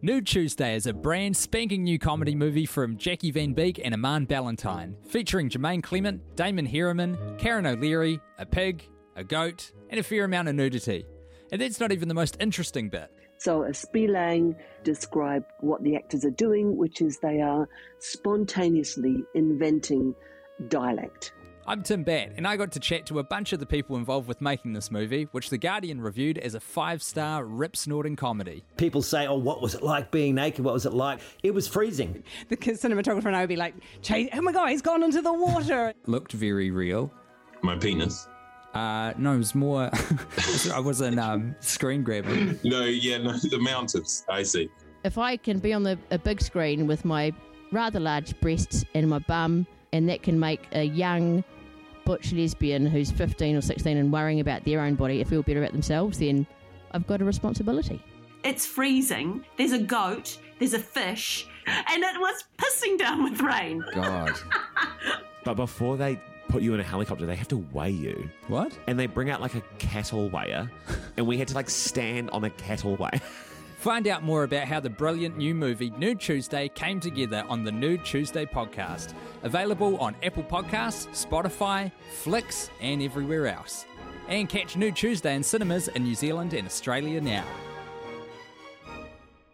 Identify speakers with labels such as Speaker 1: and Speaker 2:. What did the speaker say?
Speaker 1: Nude Tuesday is a brand spanking new comedy movie from Jackie Van Beek and Aman Ballantyne, featuring Jermaine Clement, Damon Harriman, Karen O'Leary, a pig, a goat, and a fair amount of nudity. And that's not even the most interesting bit.
Speaker 2: So, a Spielang described what the actors are doing, which is they are spontaneously inventing dialect.
Speaker 1: I'm Tim Batt, and I got to chat to a bunch of the people involved with making this movie, which The Guardian reviewed as a five star rip snorting comedy.
Speaker 3: People say, "Oh, what was it like being naked? What was it like?" It was freezing.
Speaker 4: The cinematographer and I would be like, "Chase- oh my god, he's gone into the water.
Speaker 1: Looked very real.
Speaker 5: My penis.
Speaker 1: Uh, no, it was more. I wasn't um, screen grabbing.
Speaker 5: No, yeah, no, the mountains. I see.
Speaker 6: If I can be on the, a big screen with my rather large breasts and my bum, and that can make a young butch lesbian who's 15 or 16 and worrying about their own body feel better about themselves, then I've got a responsibility.
Speaker 7: It's freezing. There's a goat. There's a fish. And it was pissing down with rain.
Speaker 1: God.
Speaker 8: But before they put you in a helicopter, they have to weigh you.
Speaker 1: What?
Speaker 8: And they bring out like a cattle weigher, and we had to like stand on a cattle weigher.
Speaker 1: Find out more about how the brilliant new movie Nude Tuesday came together on the Nude Tuesday podcast. Available on Apple Podcasts, Spotify, Flicks, and everywhere else. And catch Nude Tuesday in cinemas in New Zealand and Australia now.